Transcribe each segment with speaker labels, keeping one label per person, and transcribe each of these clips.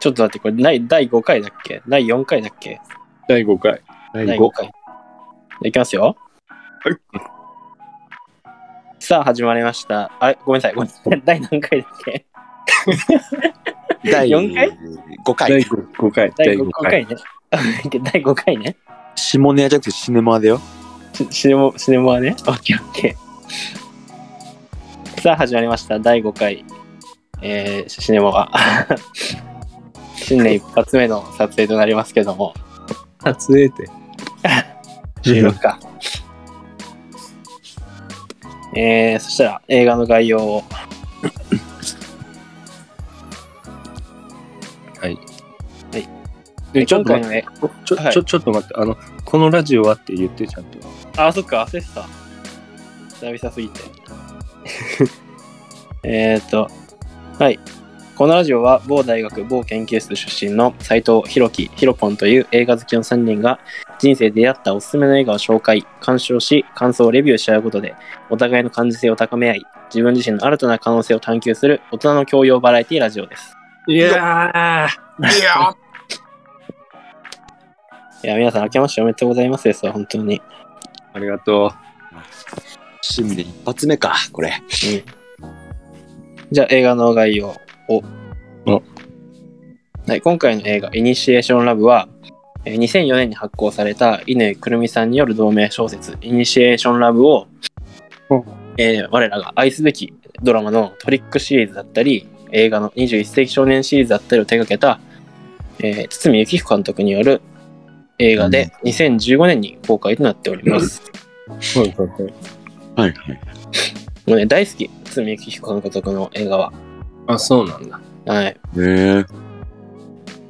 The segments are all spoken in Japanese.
Speaker 1: ちょっと待って、これない第5回だっけ第4回だっけ
Speaker 2: 第5回。
Speaker 3: 第
Speaker 1: 第
Speaker 3: 5
Speaker 1: 5回。いきますよ。
Speaker 2: はい。
Speaker 1: さあ、始まりました。あ、ごめんなさい。ごめんなさい。 第何回だっけ
Speaker 3: 第
Speaker 1: 四回
Speaker 3: 5回
Speaker 2: 第5回。
Speaker 1: 第5回ね。あ 第5回ね。
Speaker 3: 下ネアじゃなくてシネマだよ
Speaker 1: シシネマシネマはね。オッケーオッケー。さあ始まりました第5回、えー、シネマは 新年一発目の撮影となりますけども
Speaker 2: 撮影って。
Speaker 1: 収録か。 えー、そしたら映画の概要を
Speaker 2: はい。
Speaker 1: はいで今回のね
Speaker 2: ちょ、ちょ、ちょっと待って。あの、このラジオはって言って、ちゃんと。
Speaker 1: あ、そっか、焦ってた。久々す ぎて。えーっと、はい。このラジオは某大学某研究室出身の斉藤弘樹ひろぽんという映画好きの3人が人生で出会ったおすすめの映画を紹介、鑑賞し、感想をレビューし合うことでお互いの感受性を高め合い、自分自身の新たな可能性を探求する大人の教養バラエティラジオです。
Speaker 2: いや
Speaker 3: いや
Speaker 1: いや、皆さん明けましておめでとうございますですわ、本当に。
Speaker 2: ありがと
Speaker 3: 新年一発目かこれ
Speaker 1: じゃあ映画の概要を。
Speaker 2: お
Speaker 1: はい、今回の映画「イニシエーションラブは」えー2004年に発行された乾くるみさんによる同名小説「イニシエーションラブを」
Speaker 2: お
Speaker 1: えー我らが愛すべきドラマのトリックシリーズだったり映画の21世紀少年シリーズだったりを手掛けた、えー堤幸彦監督による映画で2015年に公開となっております。
Speaker 2: う。はいはいはい。
Speaker 3: はいはい
Speaker 1: もうね大好き堤幸彦監督の映画は。
Speaker 2: あ、そうなんだ。
Speaker 1: はい
Speaker 3: ね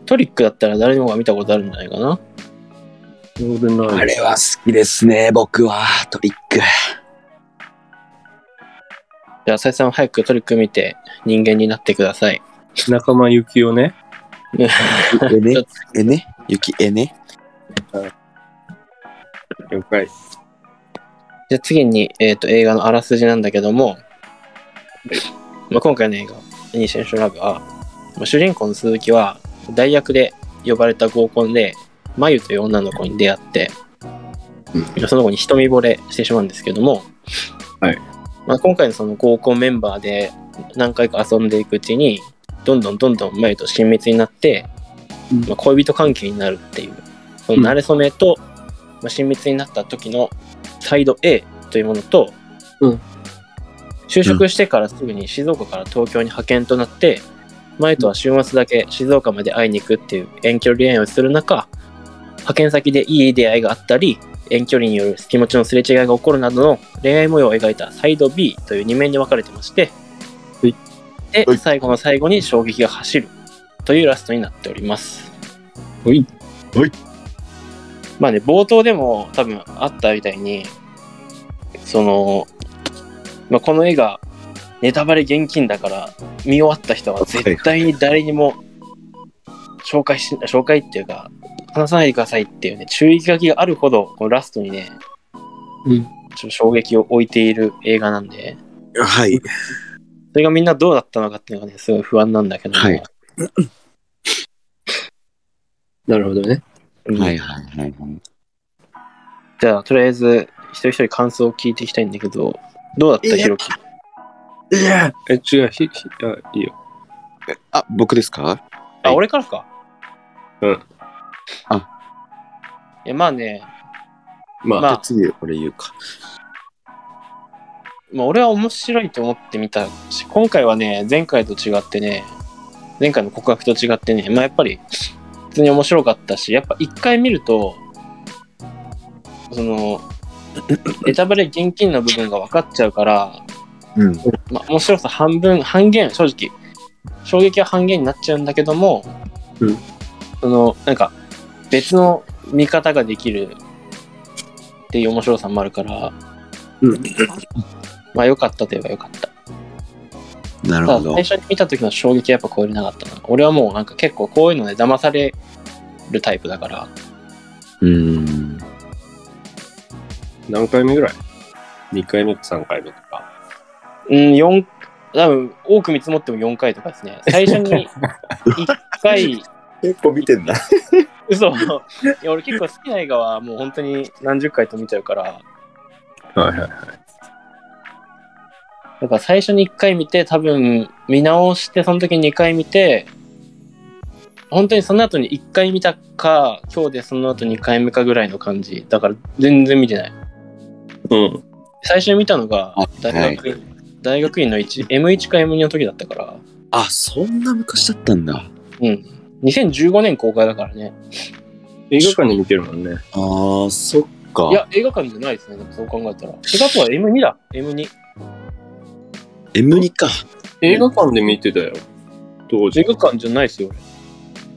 Speaker 1: トリックだったら誰もが見たことあるんじゃないかな。
Speaker 2: そうでない。
Speaker 3: あれは好きですね僕はトリック
Speaker 1: じゃあ、浅井さん早くトリック見て人間になってください。
Speaker 2: 仲間由紀夫ね。
Speaker 3: えねえねゆきえね
Speaker 2: 了解。
Speaker 1: じゃあ次に、えー、と映画のあらすじなんだけども、まあ、今回の映画「イニシエーションラブは」まあ主人公の鈴木は大学で呼ばれた合コンでまゆという女の子に出会って、その子に一目惚れしてしまうんですけども、
Speaker 2: はい
Speaker 1: まあ、今回のその合コンメンバーで何回か遊んでいくうちにどんどんどんどんまゆと親密になって、
Speaker 2: うん
Speaker 1: まあ、恋人関係になるっていうその慣れ初めと、まあ、親密になった時のサイド A というものと、
Speaker 2: うん
Speaker 1: 就職してからすぐに静岡から東京に派遣となって、前とは週末だけ静岡まで会いに行くっていう遠距離恋愛をする中派遣先でいい出会いがあったり遠距離による気持ちのすれ違いが起こるなどの恋愛模様を描いたサイド B という2面に分かれてまして
Speaker 2: はい
Speaker 1: で
Speaker 3: はい
Speaker 1: 最後の最後に衝撃が走るというラストになっております。
Speaker 2: はい。
Speaker 1: まあね、冒頭でも多分あったみたいに、その、まあ、この絵がネタバレ厳禁だから、見終わった人は絶対に誰にも紹介し、紹介っていうか、話さないでくださいっていうね、注意書きがあるほど、このラストにね、
Speaker 2: うん。
Speaker 1: ちょっと衝撃を置いている映画なんで、
Speaker 3: はい
Speaker 1: それがみんなどうだったのかっていうのがね、すごい不安なんだけども、
Speaker 3: はい
Speaker 2: なるほどね。
Speaker 1: うん
Speaker 3: はいはいはいはい
Speaker 1: じゃあ、とりあえず、一人一人感想を聞いていきたいんだけど、どうだっ
Speaker 3: い
Speaker 1: た、
Speaker 3: や
Speaker 1: ひろき。
Speaker 3: いや
Speaker 2: え、違う、ひ、ひ、あ、いいよ。
Speaker 3: あ僕ですか
Speaker 1: あ、
Speaker 3: はい
Speaker 1: 俺からか。
Speaker 2: うん。
Speaker 3: あ。
Speaker 1: いや、まあね、
Speaker 2: まあ、
Speaker 1: まあ
Speaker 3: 次俺言うか
Speaker 1: まあ、俺は面白いと思ってみたし、今回はね、前回と違ってね、前回の告白と違ってね、まあやっぱり、普通に面白かったし、やっぱ一回見ると、そ の、ネタバレ現金の部分が分かっちゃうから、
Speaker 3: うん
Speaker 1: まあ、面白さ半分半減正直衝撃は半減になっちゃうんだけども、
Speaker 2: うん
Speaker 1: そのなんか別の見方ができるっていう面白さもあるから、
Speaker 2: うん
Speaker 1: まあ良かったといえば良かった
Speaker 3: なる
Speaker 1: ただ
Speaker 3: ほど
Speaker 1: 最初に見た時の衝撃はやっぱ超えれなかったな俺はもうなんか結構こういうので騙されるタイプだから
Speaker 3: うん
Speaker 2: 何回目ぐらい ?2 回目か3回目とか。
Speaker 1: うん4多分多く見積もっても4回とかですね。最初に1回、
Speaker 3: 結構見てんだ。
Speaker 1: 嘘 いや俺結構好きな映画はもう本当に何十回と見ちゃうから、
Speaker 2: はいはい。
Speaker 1: だから最初に1回見て、多分見直して、その時に2回見て、本当にその後に1回見たか、今日でその後2回目かぐらいの感じ。だから全然見てない。
Speaker 2: うん。
Speaker 1: 最初に見たのが
Speaker 3: あ
Speaker 1: 大学,、大学院の1 M1 か M2 の時だったから、
Speaker 3: あ、そんな昔だったんだ。
Speaker 1: うん。2015年公開だからね。
Speaker 2: 映画館で見てるもんね。
Speaker 3: あー、そっか。
Speaker 1: いや、映画館じゃないですね、でもそう考えたら。映画館は M2 だ、M2。
Speaker 3: M2 か。
Speaker 2: 映画館で見てたよ。当時
Speaker 1: 映。画館じゃないですよ、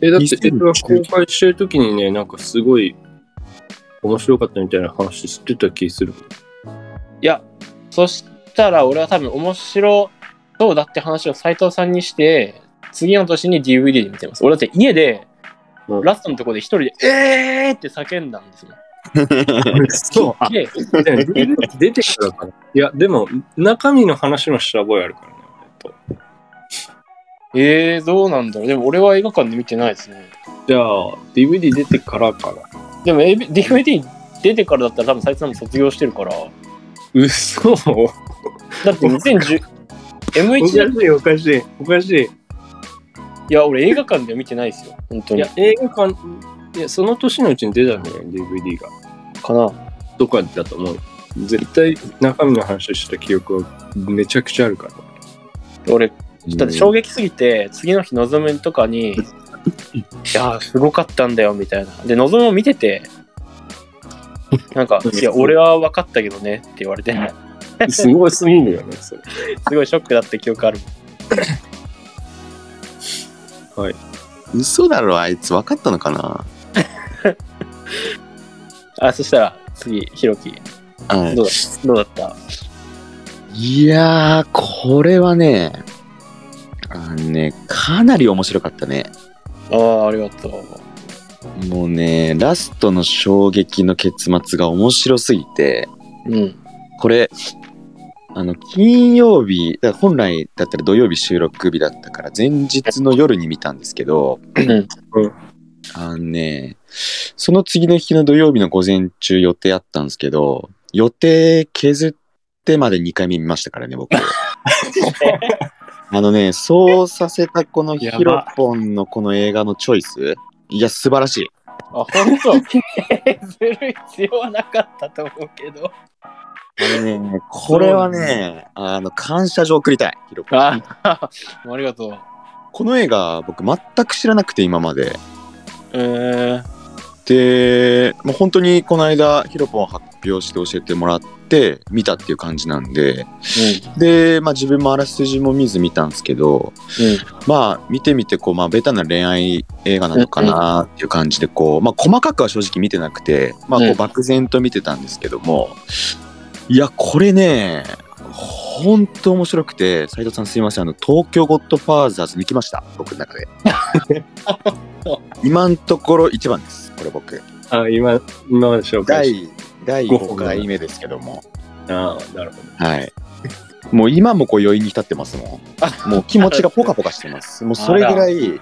Speaker 2: え、だって映画公開してる時にね、なんかすごい面白かったみたいな話してた気する。
Speaker 1: いや、そしたら俺は多分面白そうだって話を斎藤さんにして、次の年に DVD で見てます。俺だって家で、
Speaker 2: うん
Speaker 1: ラストのところで一人で、えーって叫んだんですよ。
Speaker 2: そう。あ、
Speaker 1: で、
Speaker 2: で 出てからかな。いや、でも、中身の話の下覚えあるからね。えっと
Speaker 1: えー、どうなんだろう。でも俺は映画館で見てないですね。
Speaker 2: じゃあ、DVD 出てからかな。
Speaker 1: でも AB DVD 出てからだったら多分斎藤さんも卒業してるから。
Speaker 2: 嘘
Speaker 1: だって2010、
Speaker 2: お
Speaker 1: M1 だ
Speaker 2: しい、おかしい、おかしい。
Speaker 1: いや、俺映画館では見てないですよ。本当
Speaker 2: い
Speaker 1: に
Speaker 2: や。、映画館、いや、その年のうちに出たんだよ、DVD が。
Speaker 1: かな。
Speaker 2: とかだと思う。絶対、中身の話をした記憶はめちゃくちゃあるから。
Speaker 1: 俺、だって衝
Speaker 3: 撃。
Speaker 1: 撃すぎて、次の日、のぞむとかに、いやー、すごかったんだよ、みたいな。で、のぞむを見て て、なんか、いや、俺は分かったけどねって言われて、
Speaker 2: すごいすぎるよね、そ
Speaker 1: す
Speaker 2: れ。
Speaker 1: ごいショックだった記憶ある。
Speaker 3: 嘘だろ、あいつ。分かったのかな
Speaker 1: あ、そしたら、次、ひろき、
Speaker 3: はい
Speaker 1: どうだどうだった
Speaker 3: いやー、これはね、あのね、かなり面白かったね。
Speaker 1: ああ、ありがとう。
Speaker 3: もうね、ラストの衝撃の結末が面白すぎて、
Speaker 1: うん。
Speaker 3: これ、あの、金曜日、だから本来だったら土曜日収録日だったから、前日の夜に見たんですけど、
Speaker 1: ん
Speaker 3: あのね、その次の日の土曜日の午前中予定あったんですけど、予定削ってまで2回目見ましたからね、僕。あのね、そうさせたこのヒロポンのこの映画のチョイス、いや、素晴らしい。
Speaker 1: あ、本当 ずるい必要はなかったと思うけど。
Speaker 3: あのね、これはね、あの、感謝状送りたい、ヒロポン。
Speaker 1: あ あ、ありがとう。
Speaker 3: この映画、僕、全く知らなくて、今まで。
Speaker 1: えー、
Speaker 3: で、もう本当にこの間、ヒロポン発表して教えてもらって、見たっていう感じなんで、で、まあ、自分もあらすじも見ず見たんですけど、まあ、見てみて、こう、まあ、ベタな恋愛映画なのかなっていう感じで、こう、まあ、細かくは正直見てなくて、まあ、こ
Speaker 1: う
Speaker 3: うん漠然と見てたんですけども、いや、これね、ほんと面白くて、斉藤さんすいません、あの、東京ゴッドファーザーズ抜きました、僕の中で。今のところ一番です、これ僕。
Speaker 2: あ、今、今まで紹介し
Speaker 3: 第、第
Speaker 2: 五本
Speaker 3: 5回目ですけども。
Speaker 2: た。あーなるほど。
Speaker 3: はい。もう今もこう余韻に浸ってますもん。もう気持ちがポカポカしてます。もうそれぐらい、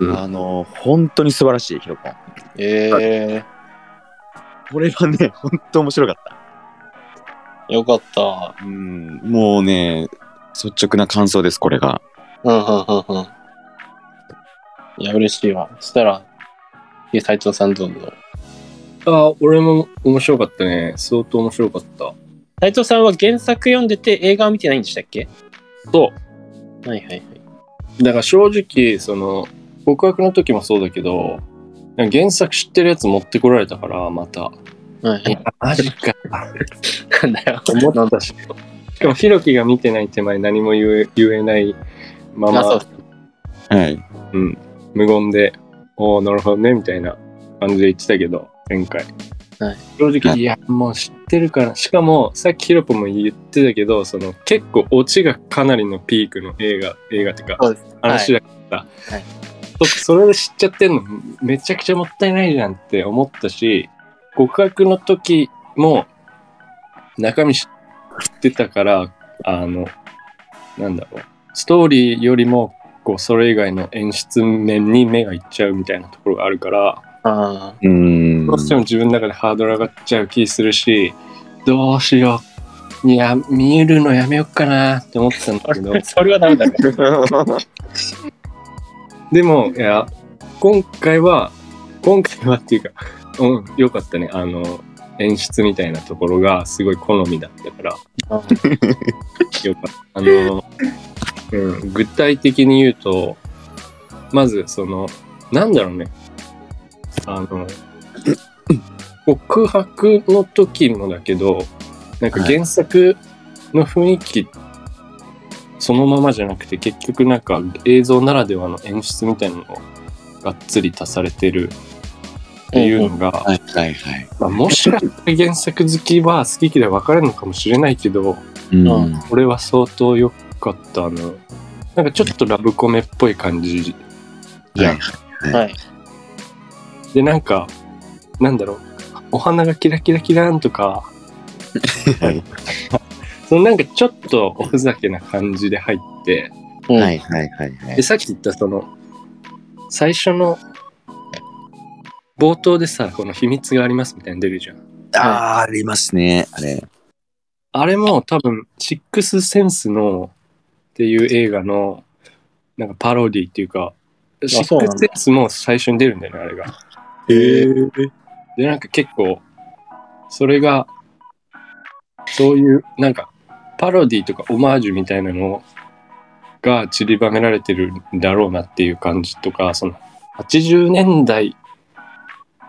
Speaker 2: うん
Speaker 3: あの、本当に素晴らしい、ヒロポン。
Speaker 1: うん。え
Speaker 3: これはね、 本当面白かっ
Speaker 1: ー、よかった。
Speaker 3: た。うん、もうね、率直な感想です、これが。
Speaker 1: うんうんうんうん。いや、嬉しいわ。そしたら、え斉藤さんどうぞ。
Speaker 2: あ、俺も面白かったね。相当面白かった。
Speaker 1: 斉藤さんは原作読んでて映画は見てないんでしたっけ
Speaker 2: そ
Speaker 1: はいはいはい。
Speaker 2: う。だから正直、その、告白の時もそうだけど、原作知ってるやつ持ってこられたから、また。
Speaker 1: はい。
Speaker 2: マジか。
Speaker 1: なんだよ。
Speaker 2: 思ったし。しかも、ひろきが見てない手前何も言え言えないま
Speaker 1: あ、そう
Speaker 2: ま
Speaker 1: で、す
Speaker 3: はい。
Speaker 2: 無言で、おおなるほどね、みたいな感じで言ってたけど、前回。
Speaker 1: はい
Speaker 2: 正
Speaker 3: は
Speaker 2: 直、いや、もう知ってるから。しかも、さっきひろぽも言ってたけど、その、結構、オチがかなりのピークの映画、映画っていうか、
Speaker 1: そうです。
Speaker 2: 話だった。
Speaker 1: はい
Speaker 2: そそれで知っちゃってんのめちゃくちゃもったいないじゃんって思ったし告白の時も中身知ってたからあのなんだろう、ストーリーよりも、こう、それ以外の演出面に目がいっちゃうみたいなところがあるから、
Speaker 1: ああ、
Speaker 3: うん
Speaker 2: どうしても自分の中でハードル上がっちゃう気するし、どうしよう。いや、見えるのやめよっかなって思ってたんだけど、
Speaker 1: それはダメだね。
Speaker 2: でも、いや、今回は、今回はっていうか、うん、よかったね。あの、演出みたいなところがすごい好みだったから、
Speaker 1: あ
Speaker 2: よかった。あの、うん、具体的に言うと、まず、その、なんだろうね。あの、告白の時もだけど、なんか原作の雰囲気、そのままじゃなくて、結局なんか映像ならではの演出みたいなのをがっつり足されてるっていうのが、
Speaker 3: はいはいはい。
Speaker 2: まあ、もしかしたら原作好きは好き嫌い分かれるのかもしれないけど、
Speaker 3: うん
Speaker 2: これは相当良かったな。なんかちょっとラブコメっぽい感じじゃん。
Speaker 1: はい。
Speaker 2: で、なんか、なんだろう、お花がキラキラキラーンとか、 そのなんかちょっとおふざけな感じで入って、
Speaker 1: うん
Speaker 3: はいはいはいは
Speaker 2: で、
Speaker 3: い。
Speaker 2: さっき言ったその、最初の、冒頭でさ、この秘密がありますみたいなの出るじゃん。
Speaker 3: あー、ありますね、あれ。
Speaker 2: あれも多分、シックスセンスのっていう映画の、なんかパロディっていうか、シ
Speaker 1: そう
Speaker 2: ッ
Speaker 1: な
Speaker 2: ク
Speaker 1: ん
Speaker 2: ス
Speaker 1: だ
Speaker 2: センスも最初に出るんだよね、あれが。
Speaker 3: え
Speaker 2: で、なんか結構、それが、そういう、なんか、パロディとかオマージュみたいなのが散りばめられてるんだろうなっていう感じとか、その、80年代、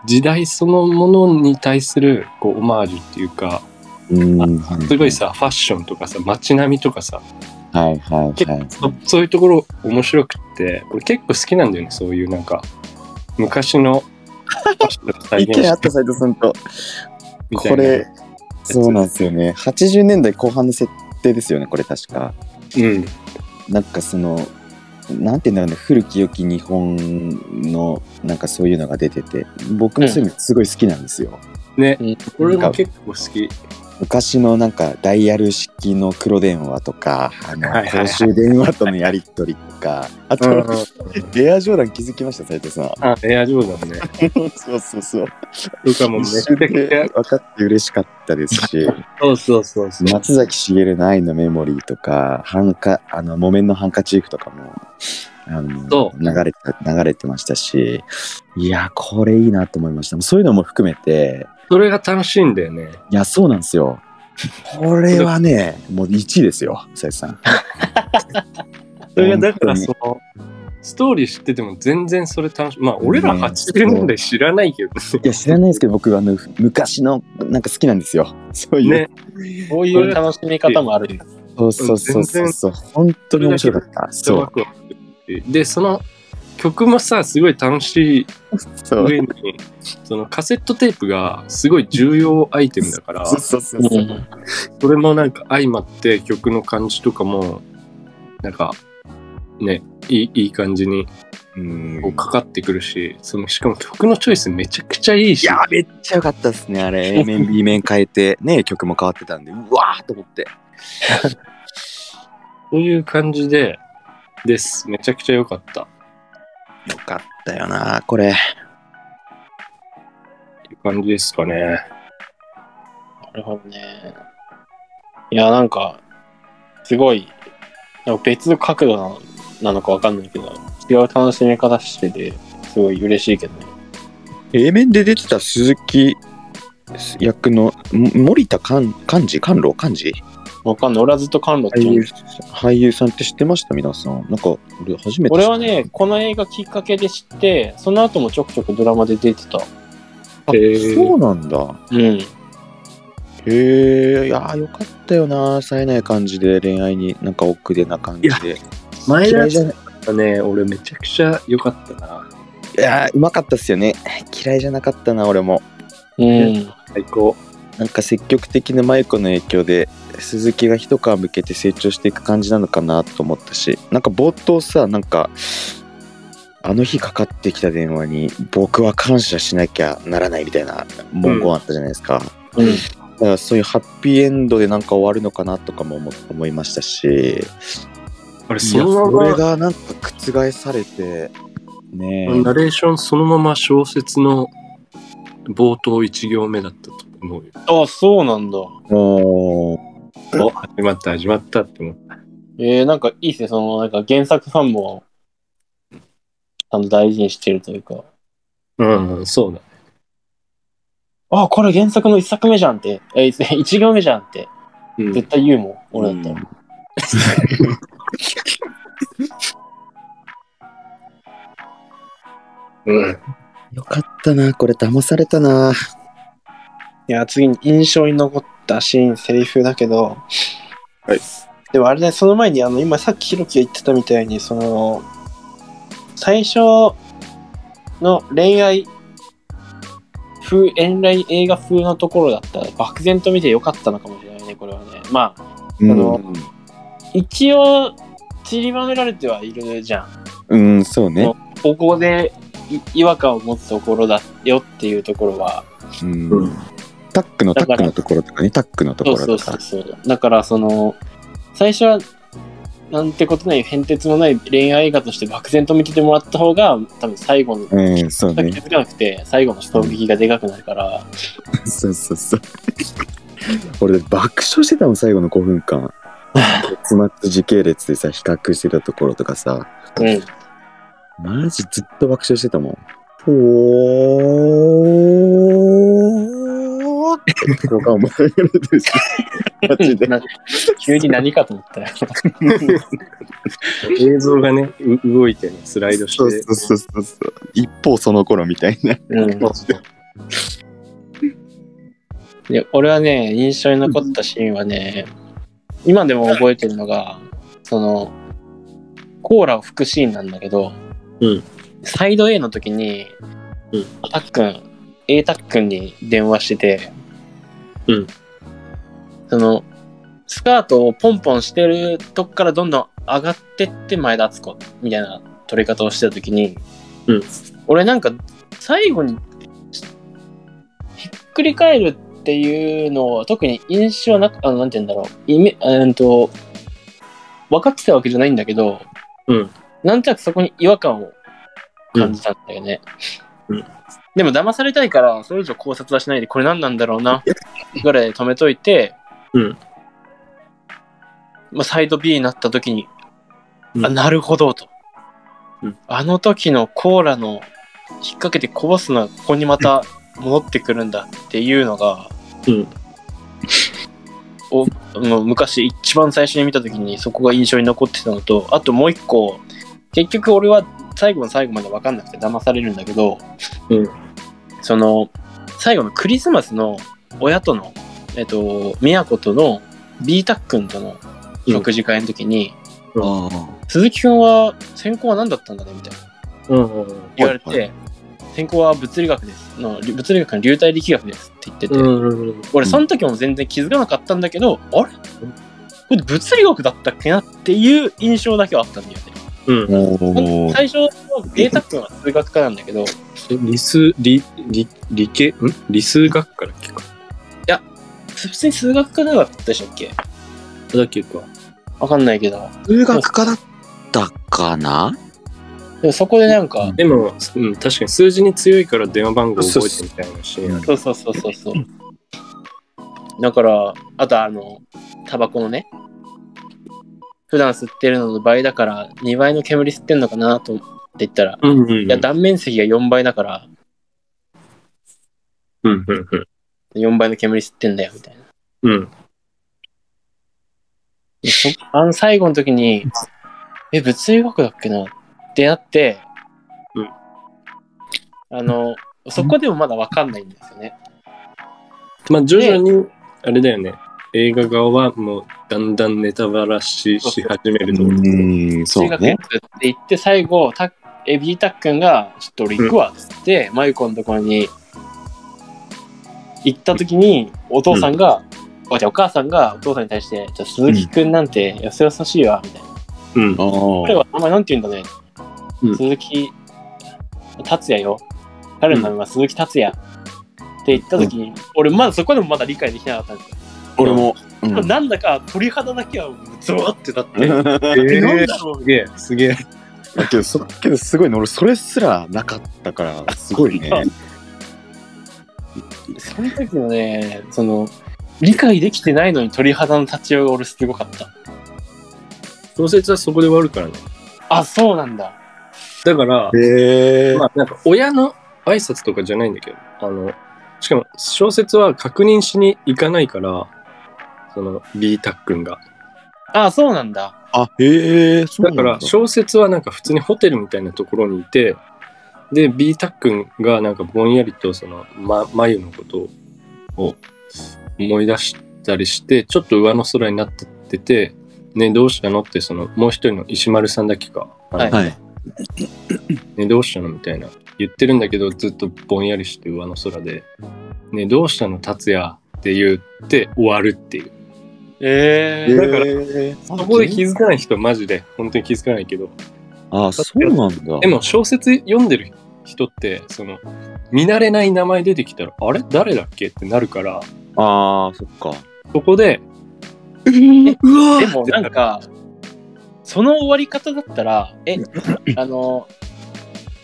Speaker 2: 時代そのものに対する、こう、オマージュっていうか、
Speaker 3: うん
Speaker 2: すごい。さ、ファッションとかさ、街並みとかさ、
Speaker 3: はいはいはい。
Speaker 2: そそういうところ面白くって、俺結構好きなんだよね、そういうなんか、昔 の、
Speaker 3: 意見あった斉藤さんと。
Speaker 2: みたい
Speaker 3: こ
Speaker 2: な
Speaker 3: れ、そうなんですよね。80年代後半の設定ですよね、これ確か。
Speaker 2: うん。
Speaker 3: なんかその、なんて言うんだろうね、古き良き日本の、なんかそういうのが出てて、僕もそういうのすごい好きなんですよ。
Speaker 2: ね、
Speaker 1: うん
Speaker 2: 俺も結構好き。
Speaker 3: 昔のなんかダイヤル式の黒電話とか、あの
Speaker 2: はいはいはい
Speaker 3: 公衆電話とのやりとりとか、あと、エアジョーダン気づきました、斉藤さん。
Speaker 2: あ、エアジョーダンね。
Speaker 3: そうそうそう。
Speaker 2: とかもめちゃくちゃ
Speaker 3: 分。かって嬉しかったですし、
Speaker 2: そうそうそうそう。
Speaker 3: 松崎しげるの愛のメモリーとか、ハンカ、あの、木綿のハンカチーフとかも、あの
Speaker 2: そ、う
Speaker 3: 流れて、流れてましたし、いや、これいいなと思いました。そういうのも含めて、
Speaker 2: それが楽しいんだよね。
Speaker 3: いや、そうなんですよ。これはね、もう1位ですよ、斉藤さ ん。
Speaker 2: それがだから
Speaker 3: 本
Speaker 2: その、ストーリー知ってても全然それ楽しい。まあ、俺ら
Speaker 3: ね
Speaker 2: 80年代知らないけど
Speaker 3: いや、知らないですけど、僕、あの、昔の、なんか好きなんですよ。そういう。
Speaker 2: ね。
Speaker 1: こういう楽しみ方もあるんだ。
Speaker 3: そうそうそうそうそう。本当に面白かった。そ
Speaker 2: ワ
Speaker 3: う。
Speaker 2: クワクするしで、その曲もさ、すごい楽しい
Speaker 3: そう。
Speaker 2: 上に、そのカセットテープがすごい重要アイテムだから、
Speaker 3: そうそうそうそう。
Speaker 2: それもなんか相まって曲の感じとかも、なんか、ね、いいいい感じに
Speaker 3: うん
Speaker 2: こうかかってくるし、そのしかも曲のチョイスめちゃくちゃいい
Speaker 3: い
Speaker 2: し、
Speaker 3: やめっちゃ良かったですねあ れ A 面 B 面変えてね曲も変わってたんでうわーと思って
Speaker 2: そういう感じで、です。めちゃくちゃ良かった。
Speaker 3: よかったよなこれ
Speaker 2: っていう感じですかね。
Speaker 1: なるほどね。いや、なんか、すごい、なんか別の角度なのなのかわかんないけど、違う楽しみ方してて、すごい嬉しいけどね。
Speaker 3: A 面で出てた鈴木役のん森田寛寛治寛郎寛治
Speaker 1: わかんない。俺はずっと感動って
Speaker 3: 俳
Speaker 1: 言うん
Speaker 3: 優
Speaker 1: です
Speaker 3: 俳優さんって知ってました皆さんなんか俺初めて
Speaker 1: 俺はね、この映画きっかけで知って、その後もちょくちょくドラマで出てた。
Speaker 3: あ
Speaker 2: え
Speaker 3: そうなんだ
Speaker 1: うん。
Speaker 3: へえいやーよかったよな冴えない感じで恋愛になんか奥手な感じで
Speaker 2: 前
Speaker 3: 嫌
Speaker 2: 田
Speaker 3: いじゃ
Speaker 2: さん
Speaker 3: ない
Speaker 2: はね、俺めちゃくちゃ良かったな。
Speaker 3: いやーうまかったっすよね嫌いじゃなかったな俺も
Speaker 1: うん。
Speaker 2: 最高。
Speaker 3: なんか積極的な舞子の影響で鈴木が一皮向けて成長していく感じなのかなと思ったしなんか冒頭さなんかあの日かかってきた電話に僕は感謝しなきゃならないみたいな文言あったじゃないですか、
Speaker 1: うん。
Speaker 3: だからそういうハッピーエンドでなんか終わるのかなとかも思思いましたし
Speaker 2: あれ、
Speaker 3: い
Speaker 2: そ
Speaker 3: や、
Speaker 2: の
Speaker 3: そ
Speaker 2: ま
Speaker 3: れ
Speaker 2: ま、
Speaker 3: がなんか覆されて、ねえ
Speaker 2: ナレーションそのまま小説の冒頭1行目だったと思うよ。
Speaker 1: あ、そうなんだ。
Speaker 3: もう、
Speaker 2: お、始まった、始まったって思った。
Speaker 1: えー、なんかいいっすね。その、なんか原作ファンも、あの、大事にしてるというか。
Speaker 2: うん、そうだ。
Speaker 1: あ、これ原作の一作目じゃんって。えー、一行目じゃんって。
Speaker 2: うん、
Speaker 1: 絶対言うもん。俺だったら。
Speaker 2: うん、
Speaker 3: よかったな、これ騙されたな。
Speaker 1: いや、次に印象に残ったシーン、セリフだけど。
Speaker 3: はい。
Speaker 1: でもあれね、その前に、あの、今さっきひろきが言ってたみたいに、その、最初の恋愛風、遠来映画風のところだったら、漠然と見てよかったのかもしれないね、これはね。まあ、
Speaker 3: うん、
Speaker 1: 一応、散りばめられてはいるじゃん。
Speaker 3: うん、そうね。
Speaker 1: ここでい違和感を持つところだよっていうところは、
Speaker 3: うんタックのタックのところとかね、タックのとこ
Speaker 1: そう
Speaker 3: ろ
Speaker 1: そ
Speaker 3: と
Speaker 1: うそ
Speaker 3: か
Speaker 1: う。そう。だから、その、最初は、なんてことない、変哲もない恋愛映画として漠然と見ててもらった方が、多分最後の、
Speaker 3: うん、そう
Speaker 1: 気
Speaker 3: ね。
Speaker 1: づかなくて、最後の衝撃がでかくなるから、
Speaker 3: そうそうそう。俺、爆笑してたもん、最後の5分間。スマッチ時系列でさ、比較してたところとかさ、
Speaker 1: うん。
Speaker 3: マジずっと爆笑してたもん。ぽーって、とか思い上げてるし。マジで。
Speaker 1: な急に何かと思ったよ。
Speaker 2: 映像がね、う動いてね、スライドして。
Speaker 3: そうそうそうそうそう。一方その頃みたいな。
Speaker 1: うん。で俺はね印象に残ったシーンはね、今でも覚えてるのがそのコーラを吹くシーンなんだけど、
Speaker 2: うん
Speaker 1: サイド A の時に、
Speaker 2: うん
Speaker 1: たっくん A たっくんに電話してて、
Speaker 2: うん
Speaker 1: そのスカートをポンポンしてるとこからどんどん上がってって前田敦子みたいな取り方をしてた時に、
Speaker 2: うん
Speaker 1: 俺なんか最後にひっくり返るっていうのは特に印象なくあのなんて言うんだろうイメうんと分かってたわけじゃないんだけど、
Speaker 2: うん
Speaker 1: なんとなくそこに違和感を感じたんだよね、
Speaker 2: うんうん
Speaker 1: でも騙されたいからそれ以上考察はしないでこれ何なんだろうなぐらいで止めといて、
Speaker 2: うん
Speaker 1: まあ、サイド B になった時に、
Speaker 2: うん
Speaker 1: あなるほどと、
Speaker 2: うん
Speaker 1: あの時のコーラの引っ掛けてこぼすのはここにまた戻ってくるんだっていうのが、
Speaker 2: うん
Speaker 1: おもう昔一番最初に見た時にそこが印象に残ってたのとあともう一個結局俺は最後の最後まで分かんなくて騙されるんだけど、
Speaker 2: うん
Speaker 1: その最後のクリスマスの親とのえっと宮子との B タックンとの食事会の時に、
Speaker 3: あ
Speaker 1: 鈴木くんは専攻は何だったんだねみたいな
Speaker 2: うんうんうん
Speaker 1: 言われて、
Speaker 3: はい
Speaker 1: 専攻は物理学ですの物理学の流体力学ですって言ってて、
Speaker 2: うんうん
Speaker 1: 俺その時も全然気づかなかったんだけど、あれこれ物理学だったっけなっていう印象だけはあったんだよね。
Speaker 2: うん
Speaker 3: あ。おー
Speaker 1: 最初のデータ君は数学科なんだけど、い
Speaker 2: え理数、理、理、理系、ん理数学科だっけか。
Speaker 1: 普通に数学科だったでしたっけ
Speaker 2: だっけか。
Speaker 1: わかんないけど。
Speaker 3: 数学科だったかな
Speaker 1: でもそこでなんか、
Speaker 3: うん
Speaker 2: でも、うん、確かに数字に強いから電話番号覚えてみたいなシーンある。
Speaker 1: そうそうそうそうそう。だから、あとあの、タバコのね、普段吸ってるのの倍だから、2倍の煙吸ってんのかなと思って言ったら、
Speaker 2: うんうんうん。
Speaker 1: いや、断面積が4倍だから、
Speaker 2: うんうんうん。
Speaker 1: 4倍の煙吸ってんだよ、みたいな。
Speaker 2: うん。
Speaker 1: でそあの最後の時に、え、物理学だっけなってなって、
Speaker 2: うん
Speaker 1: あの、そこでもまだわかんないんですよね。
Speaker 2: まあ徐々に、あれだよね。映画側はもうだんだんネタばらしし始めると思う。
Speaker 3: ん、
Speaker 1: 中学に行くって言って、最後、たエビータックンが、ちょっと俺行くわっつって、マユコのところに行った時に、お父さんが、おじゃあお母さんがお父さんに対して、じゃあ鈴木くんなんてよそよそしいわ、みたいな。
Speaker 2: うん。
Speaker 3: あ
Speaker 1: 彼
Speaker 3: ー
Speaker 1: は名前なんて言うんだね。
Speaker 2: うん
Speaker 1: 鈴木達也よ。彼の名前は鈴木達也。って言った時に、俺まだそこでもまだ理解できなかったんですよ。
Speaker 3: 俺も うん
Speaker 1: でもなんだか鳥肌だけはゾワってなって、
Speaker 2: え
Speaker 1: なん
Speaker 2: ー、
Speaker 1: だろう
Speaker 2: すげえ、すげえ。
Speaker 3: だけどそけどすごい ね俺それすらなかったからすごいね
Speaker 1: あその時のね、その、理解できてないのに鳥肌の立ち上がり俺すごかった。
Speaker 2: 小説はそこで終わるからね。
Speaker 1: あ、そうなんだ。
Speaker 2: だから、
Speaker 3: へえ
Speaker 2: まあ、なんか親の挨拶とかじゃないんだけど、あの、しかも小説は確認しに行かないから、その、B タックンが。
Speaker 1: あ、そうなんだ。
Speaker 3: あへえそう
Speaker 2: だ
Speaker 3: な
Speaker 2: か
Speaker 3: ん
Speaker 2: ら小説はなんか普通にホテルみたいなところにいて、で、B タックンがなんかぼんやりとその、ま、眉のことを思い出したりして、ちょっと上の空になってってて、ね、どうしたのってその、もう一人の石丸さんだっけか。
Speaker 1: はい
Speaker 2: あの
Speaker 3: はい
Speaker 2: ね、どうしたのみたいな言ってるんだけどずっとぼんやりして上の空で「ねどうしたの達也」って言って終わるっていう
Speaker 1: ええ
Speaker 2: だから
Speaker 3: へー
Speaker 2: そこで気づかない人はマジで本当に気づかないけど
Speaker 3: あそうなんだ
Speaker 2: でも小説読んでる人ってその見慣れない名前出てきたら「あれ誰だっけ?」ってなるから
Speaker 3: あーそっか
Speaker 2: そこで「うわ
Speaker 1: でもなんか、その終わり方だったら、 え、あの、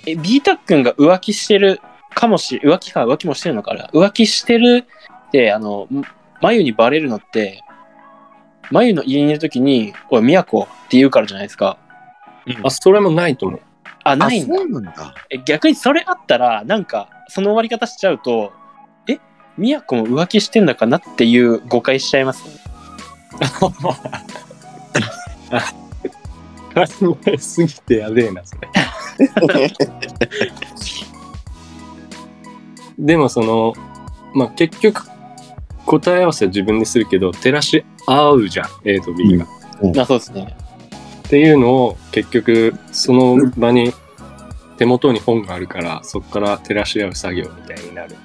Speaker 1: え、ビータックンが浮気してるかもし、浮気か、浮気もしてるのかな。浮気してるって、あの、眉にバレるのって、眉の家にいるときに、おい、宮子って言うからじゃないですか。
Speaker 2: あそれもないと思う
Speaker 1: あ、
Speaker 3: あ
Speaker 1: ないんだ
Speaker 3: そ。うなんだ
Speaker 1: え逆にそれあったら、なんか、その終わり方しちゃうと、え、宮子も浮気してんだかなっていう誤解しちゃいます。
Speaker 2: 考え すぎてやべえなそれでもそのまあ結局答え合わせは自分でするけど照らし合うじゃん A と B が、
Speaker 3: う
Speaker 1: あ、そうですね。
Speaker 2: っていうのを結局その場に手元に本があるからそこから照らし合う作業みたいになる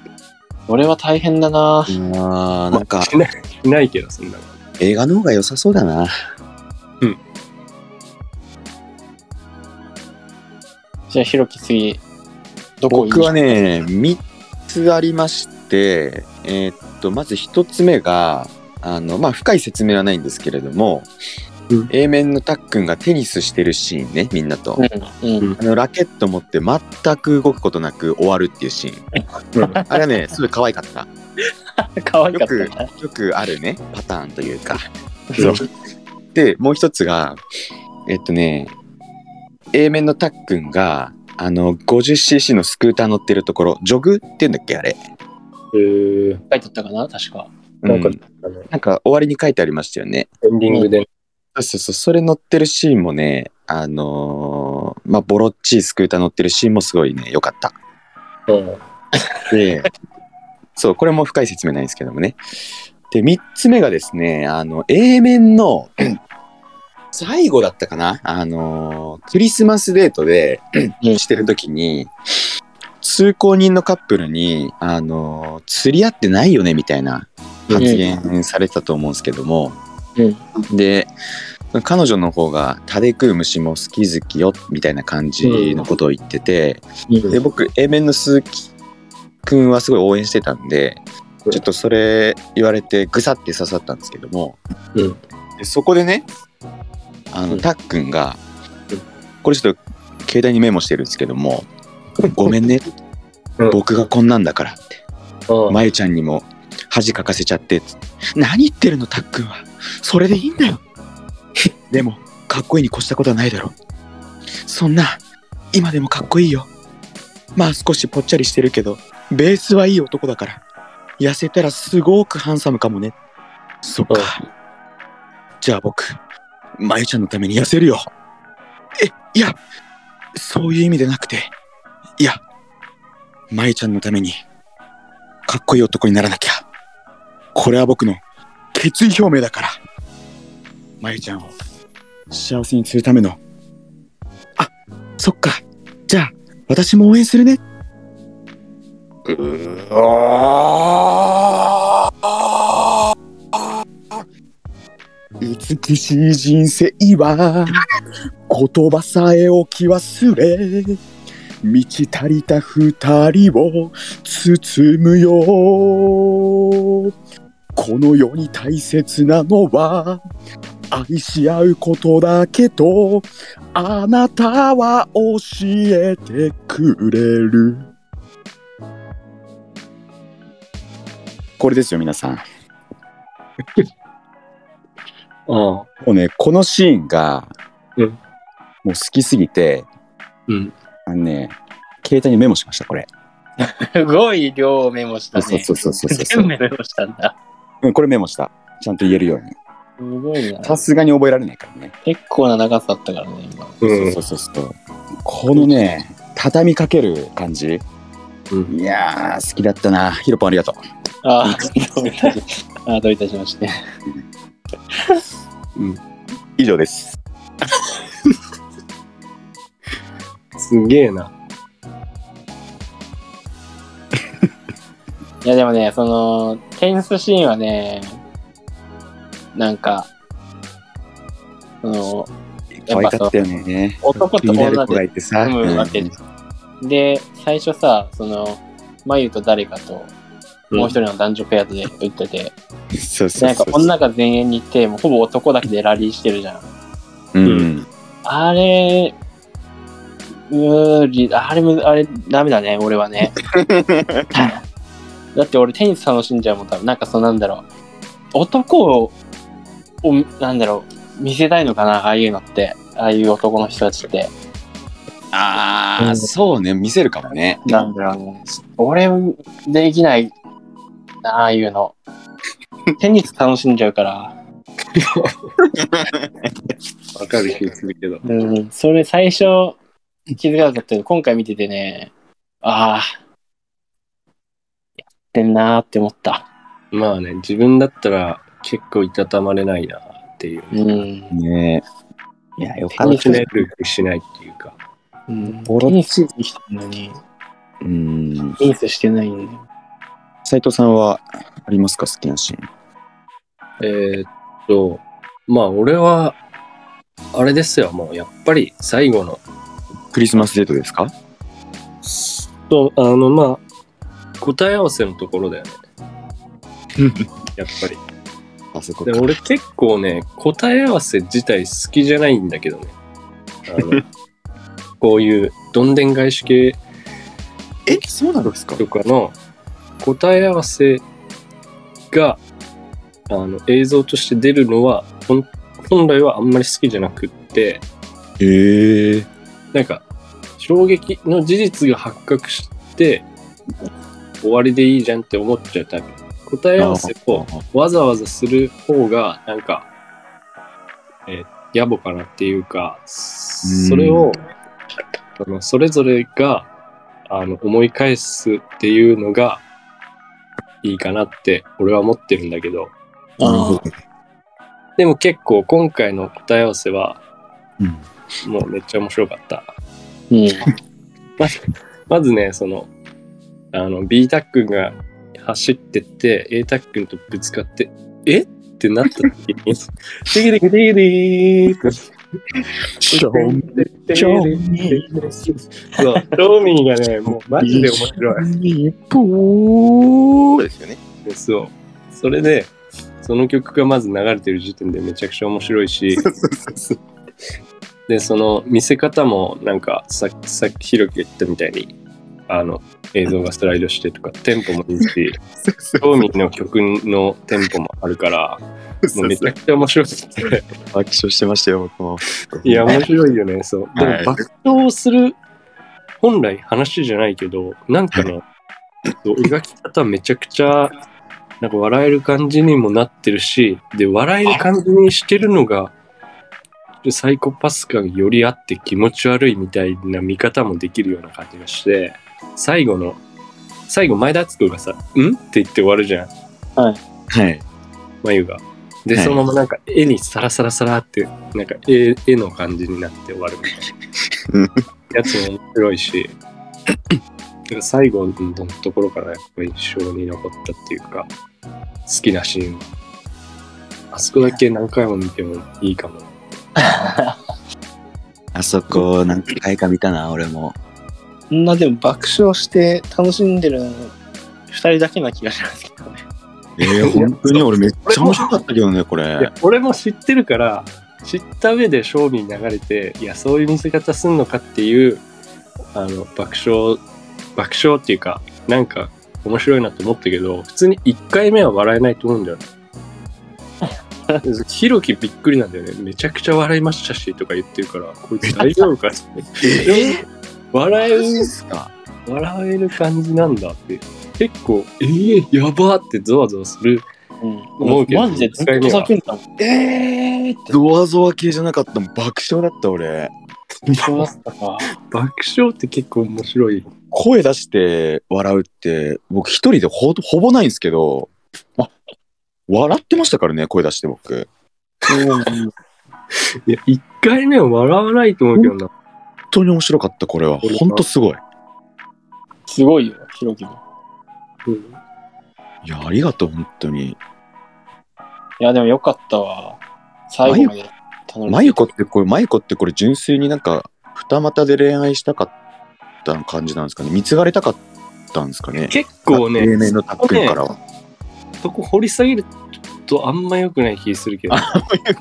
Speaker 1: それは大変だな
Speaker 3: あーなんか
Speaker 2: しないしないけどそんなの
Speaker 3: 映画の方が良さそうだな
Speaker 1: じゃあ、ひろき次、どこ
Speaker 3: 僕はね3つありましてえーっとまず1つ目があのまあ深い説明はないんですけれども、
Speaker 2: うん
Speaker 3: A 面のたっくんがテニスしてるシーンねみんなと、
Speaker 1: うん、うん。
Speaker 3: あのラケット持って全く動くことなく終わるっていうシー ン、あれはねすごい可愛かった
Speaker 1: 可愛かっ
Speaker 3: よ
Speaker 1: たな。
Speaker 3: よくあるねパターンというかそうでもう一つがえっとね A 面のたっくんがあの 50cc のスクーター乗ってるところジョグって言うんだっけあれ、
Speaker 2: えー、
Speaker 1: 書いてあったかな確か。
Speaker 3: うん
Speaker 2: なんか、あのエ
Speaker 3: なんか終わりに書いてありましたよね
Speaker 2: ンディングで
Speaker 3: そうそうそうそれ乗ってるシーンもねあのーまあボロっちいスクーター乗ってるシーンもすごいね良かった
Speaker 2: うん
Speaker 3: でそうこれも深い説明ないんですけどもねで3つ目がですねあの A 面の最後だったかなあのークリスマスデートで
Speaker 1: うん
Speaker 3: してる時に通行人のカップルにあのー釣り合ってないよねみたいな発言されてたと思うんですけども、
Speaker 1: うん
Speaker 3: で彼女の方が「食べ食う虫も好き好きよ」みたいな感じのことを言ってて、で僕 A 面の鈴木くんはすごい応援してたんでちょっとそれ言われてぐさって刺さったんですけども、
Speaker 2: うん
Speaker 3: でそこでねあの、
Speaker 2: うん
Speaker 3: たっくんが
Speaker 2: うん
Speaker 3: これちょっと携帯にメモしてるんですけ ども「ごめんね
Speaker 2: うん
Speaker 3: 僕がこんなんだから」って
Speaker 2: うん
Speaker 3: まゆちゃんにも恥かかせちゃってつって何言ってるのたっくんはそれでいいん だよでもかっこいいに越したことはないだろそんな今でもかっこいいよまあ少しぽっちゃりしてるけどベースはいい男だから痩せたらすごくハンサムかもねそっか
Speaker 2: うん
Speaker 3: じゃあ僕まゆちゃんのために痩せるよえいやそういう意味でなくていやまゆちゃんのためにかっこいい男にならなきゃ。これは僕の決意表明だから。まゆちゃんを幸せにするための。あ、そっか。じゃあ、私も応援するね。うー美しい人生は言葉さえ置き忘れ満ち足りた二人を包むよこの世に大切なのは愛し合うことだけどあなたは教えてくれるこれですよ皆さん
Speaker 2: ああ。
Speaker 3: もうねこのシーンが、
Speaker 2: うん
Speaker 3: もう好きすぎて
Speaker 2: うん。
Speaker 3: あのね携帯にメモしましたこれ、
Speaker 1: すごい量をメモしたね。
Speaker 3: そうそうそうそうそう
Speaker 1: 全部メモしたんだ。
Speaker 3: うん、これメモしたちゃんと言えるように
Speaker 1: すごいな。
Speaker 3: さすがに覚えられないからね
Speaker 1: 結構な長さだったからね、今。
Speaker 2: うん
Speaker 3: そ。うそうそうそう。このね、畳みかける感じ。
Speaker 2: うん
Speaker 3: いやー、好きだったな。ヒロポンありがと
Speaker 1: あーどういたしあー、どういたしまして。
Speaker 3: う。以上です。
Speaker 2: すげえな。
Speaker 1: いや、でもね、その、テニスシーンはね、なんか、その、
Speaker 3: 可愛かったよね。
Speaker 1: 男
Speaker 3: 気
Speaker 1: と
Speaker 3: になる
Speaker 1: 女
Speaker 3: 子が
Speaker 1: で
Speaker 3: いてさ。
Speaker 1: 組むわけで
Speaker 3: う
Speaker 1: すで、最初さ、その、眉と誰かと、もう一人の男女ペアで打ってて、
Speaker 3: んそうそうそう。
Speaker 1: なんか女が前衛に行って、もうほぼ男だけでラリーしてるじゃん。
Speaker 3: うん。
Speaker 1: あれ、無理、あれむ、あれ、ダメだね、俺はね。 だって俺、テニス楽しんじゃうもん、多分なんか、そうなんだろう。男を、をなんだろう、見せたいのかな、ああいうのって。ああいう男の人たちって。
Speaker 3: あ
Speaker 2: う
Speaker 3: ー、
Speaker 2: ん
Speaker 3: そうね。見せるかもね。
Speaker 1: なんだろうね。俺、できない、ああいうの。テニス楽しんじゃうから。
Speaker 2: わかる気がするけど。
Speaker 1: うん、それ最初、気づかなかったけど、今回見ててね、ああ、やってんなーって思った。
Speaker 2: まあね、自分だったら結構いたたまれないなっていう。
Speaker 1: うん。
Speaker 3: ねいや、よか
Speaker 2: 楽
Speaker 3: っ。
Speaker 2: しためる気しないっていうか。
Speaker 1: うん、
Speaker 3: ボロ
Speaker 1: テニスしてきたのに、
Speaker 3: うん。
Speaker 1: テニスしてないんだよ。
Speaker 3: 斉藤さんはありますか好きなシーン。
Speaker 2: えーっと、まあ俺は、あれですよ、もうやっぱり最後の、
Speaker 3: クリスマスデートですか
Speaker 2: と、あのまあ、答え合わせのところだよね。 やっぱり。
Speaker 3: あそこ
Speaker 2: で俺結構ね答え合わせ自体好きじゃないんだけどねあのこういうどんでん返し系
Speaker 3: え、そうなんですか
Speaker 2: とかの答え合わせがあの映像として出るのはほん本来はあんまり好きじゃなくって
Speaker 3: へえ。
Speaker 2: なんか衝撃の事実が発覚して終わりでいいじゃんって思っちゃうタイプ答え合わせをわざわざする方がなんか、えー野暮かなっていうかそれをあのそれぞれがあの思い返すっていうのがいいかなって俺は思ってるんだけど
Speaker 3: なるほど
Speaker 2: でも結構今回の答え合わせは
Speaker 3: うん
Speaker 2: もうめっちゃ面白かった
Speaker 1: うん。
Speaker 2: まず まずねそのあの B タックが走ってって A タックとぶつかってえってなった時に「ディディディディ」
Speaker 3: ちょん
Speaker 2: って
Speaker 3: ちょん
Speaker 2: そうローミーがねもうマジで面白い
Speaker 3: みぽーですよね。
Speaker 2: そうそれでその曲がまず流れてる時点でめちゃくちゃ面白い しでその見せ方もなんかささっきひろきが言ったみたいにあの映像がスライドしてとかテンポもいいしローミーの曲のテンポもあるからもうめちゃくちゃ面白くて
Speaker 3: 爆笑してましたよ、僕も。
Speaker 2: いや面白いよねそうでも爆笑する本来話じゃないけどなんかねそう描き方めちゃくちゃなんか笑える感じにもなってるしで笑える感じにしてるのがでサイコパス感よりあって気持ち悪いみたいな見方もできるような感じがして最後の最後前田敦子がさ「ん?」って言って終わるじゃん
Speaker 3: はい。
Speaker 2: 眉が。で、
Speaker 3: はい
Speaker 2: そのままなんか絵にサラサラサラって、なんか絵絵の感じになって終わるみたい
Speaker 3: うん
Speaker 2: な。やつも面白いし、最後のところからやっぱ印象に残ったっていうか、好きなシーン。あそこだけ何回も見てもいいかも。
Speaker 3: あそこ、何回か見たな、俺も。
Speaker 1: そんなでも爆笑して楽しんでる二人だけな気がしますけどね。
Speaker 3: えー、本当に俺めっちゃ面白かったけどね、こ
Speaker 2: い
Speaker 3: れ
Speaker 2: や。俺も知ってるから知った上で賞味に流れていやそういう見せ方すんのかっていうあの爆笑爆笑っていうかなんか面白いなと思ったけど普通に1回目は笑えないと思うんだよね。 ひろきびっくりなんだよね。めちゃくちゃ笑いましたしとか言ってるから、こいつ大丈夫かって。
Speaker 3: えー、
Speaker 2: 笑
Speaker 3: マジ
Speaker 2: え
Speaker 3: で
Speaker 2: る、
Speaker 3: すか
Speaker 2: 笑える感じなんだって。結構、えー、やばーってゾワゾワする。思うけど
Speaker 1: マジでずっと叫んだもん。えーって。
Speaker 3: ゾワゾワ系じゃなかったもん爆笑だった俺。
Speaker 1: そうだったか。
Speaker 2: 爆笑って結構面白い。
Speaker 3: 声出して笑うって、僕一人でほほぼないんですけど、あ笑ってましたからね、声出して僕。
Speaker 2: いや、1回目は笑わないと思うけどな。
Speaker 3: 本当に面白かった、これは。本当すごい。
Speaker 1: すごいよ、ひろきも。
Speaker 2: うん
Speaker 3: いや、ありがとう、本当に。
Speaker 1: いや、でもよかったわ。最後まで頼
Speaker 3: まゆこってこれ、まゆこってこれ純粋になんか、二股で恋愛したかった感じなんですかね。貢がれたかったんですかね。
Speaker 2: 結構ね、
Speaker 3: 例年のタックルからは。
Speaker 2: そこ掘り下げるとあんま良くない気するけど。
Speaker 3: よくない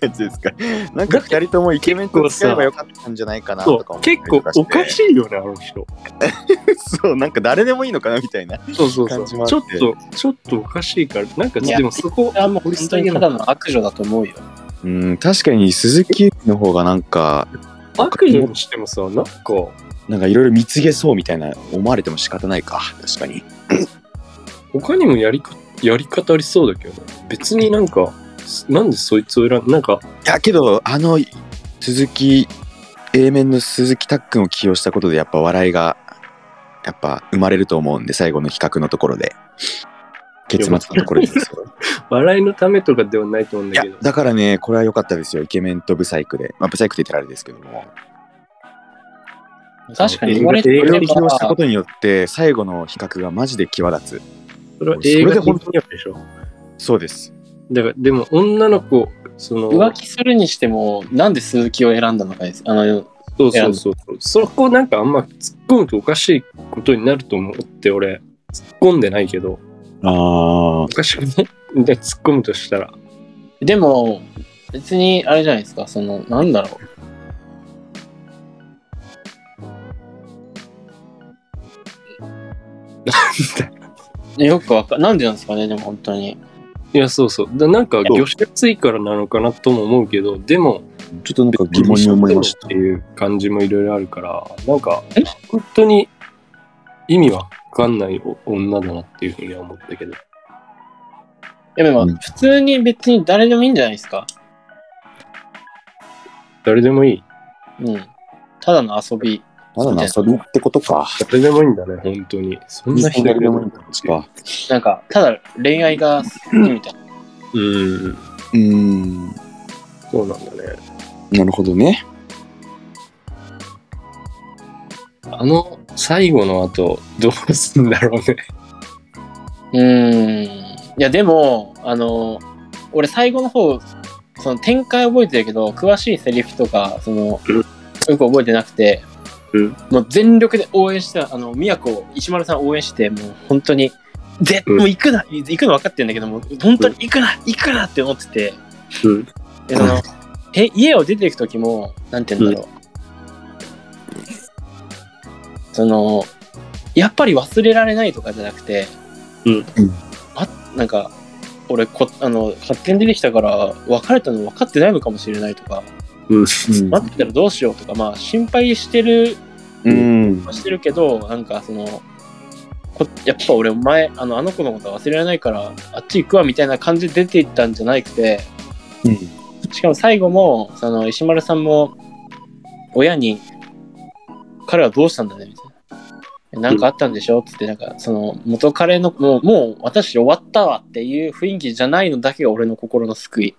Speaker 3: 感じですか。 なんか二人ともイケメンと付き合えばよかったんじゃないかな
Speaker 2: そ
Speaker 3: と
Speaker 2: う
Speaker 3: か思ったり
Speaker 2: 結構
Speaker 3: として
Speaker 2: おかしいよね、あの人。
Speaker 3: そう、なんか誰でもいいのかなみたいな。
Speaker 2: そうそう
Speaker 3: そう
Speaker 2: ちょっと、ちょっとおかしいから、なんか
Speaker 1: いや
Speaker 2: でもそこ、
Speaker 1: あんま本当にただの悪女だと思うよ。
Speaker 3: うん、確かに鈴木の方がなんか、
Speaker 2: 悪女にしてもさ、なんか、
Speaker 3: なんかいろいろ貢げそうみたいな思われても仕方ないか。確かに。
Speaker 2: 他にもやりかやり方ありそうだけどね、別になんか、なんでそいつを選んなんか、
Speaker 3: いや、けど、あの、鈴木、A 面の鈴木たっくんを起用したことで、やっぱ笑いが、やっぱ生まれると思うんで、最後の比較のところで。結末のところですけど。
Speaker 2: 笑いのためとかではないと思うん
Speaker 3: い
Speaker 2: だ
Speaker 3: や
Speaker 2: けど、
Speaker 3: だからねこれは良かったですよイケメンとブサイクでまあブサイクって言ったらあれですけども
Speaker 1: 確かに
Speaker 2: 映
Speaker 1: 言
Speaker 2: 画
Speaker 1: われて
Speaker 2: 映
Speaker 3: こ
Speaker 2: 画
Speaker 3: れ
Speaker 1: る
Speaker 3: を利用した
Speaker 1: か
Speaker 3: ことによって最後の比較がマジで際立つ
Speaker 2: それは
Speaker 3: それ
Speaker 2: 映
Speaker 3: で
Speaker 2: 画
Speaker 3: 本
Speaker 2: 本
Speaker 3: 当
Speaker 2: 当にあるでしょ。
Speaker 3: そうです
Speaker 2: だから、でも女の子、その、
Speaker 1: ら浮気するにしても、なんで鈴木を選んだのかです。あの、
Speaker 2: そうそうそうそう。そこなんかあんま突っ込むとおかしいことになると思って俺、突っ込んでないけど、
Speaker 3: あ
Speaker 2: おかしくない で突っ込むとしたら。
Speaker 1: でも、別にあれじゃないですか、その、なんだろう。よくわかなんでなんですかね、でも本当に。
Speaker 2: いや、そうそう。だなんか、
Speaker 3: そう
Speaker 2: 魚種ついからなのかなとも思うけど、でも、
Speaker 3: ちょっとなんか疑問に思いました
Speaker 2: っていう感じもいろいろあるから、なんか、本当に意味わかんない女だなっていうふうには思ったけど。
Speaker 1: いやでも、
Speaker 3: うん
Speaker 1: 普通に別に誰でもいいんじゃないですか。
Speaker 2: 誰でもいい。
Speaker 1: うん。ただの遊び。
Speaker 3: ただの遊びってことか
Speaker 2: 誰でもいいんだね、本当に。そんな人
Speaker 3: 誰でもいいんだこっちか
Speaker 1: なんか、ただ恋愛が好きみたいな。
Speaker 2: うん。
Speaker 3: うーん
Speaker 2: そうなんだね。
Speaker 3: なるほどね
Speaker 2: あの最後の後どうすんだろうね。
Speaker 1: うーん。いや、でも、あの、俺最後の方、その展開覚えてるけど、詳しいセリフとか、その、
Speaker 2: うん
Speaker 1: よく覚えてなくて、
Speaker 2: うん
Speaker 1: もう全力で応援してた、あの、宮古、石丸さん応援して、もう本当に、ぜ、
Speaker 2: うん
Speaker 1: もう行くな、行くの分かってんだけど、もう本当に行くな、行くなって思ってて、
Speaker 2: うん
Speaker 1: でその、え、家を出ていく時も、なんて言うんだろう。その、やっぱり忘れられないとかじゃなくて、
Speaker 2: うん
Speaker 3: うん
Speaker 1: あなんか、俺こ、あの、勝手に出てきたから、別れたの分かってないのかもしれないとか、
Speaker 2: うん。
Speaker 3: うん
Speaker 1: 待ってたらどうしようとか、まあ、心配してる、
Speaker 3: うん
Speaker 1: はしてるけど、なんか、その、こやっぱ俺、お前、あの、あの子のことは忘れられないから、あっち行くわ、みたいな感じで出ていったんじゃなくて、しかも最後も、その、石丸さんも、親に、彼はどうしたんだね、みたいな。なんかあったんでしょつって、なんか、その、元彼の、もう、もう私終わったわっていう雰囲気じゃないのだけが俺の心の救い。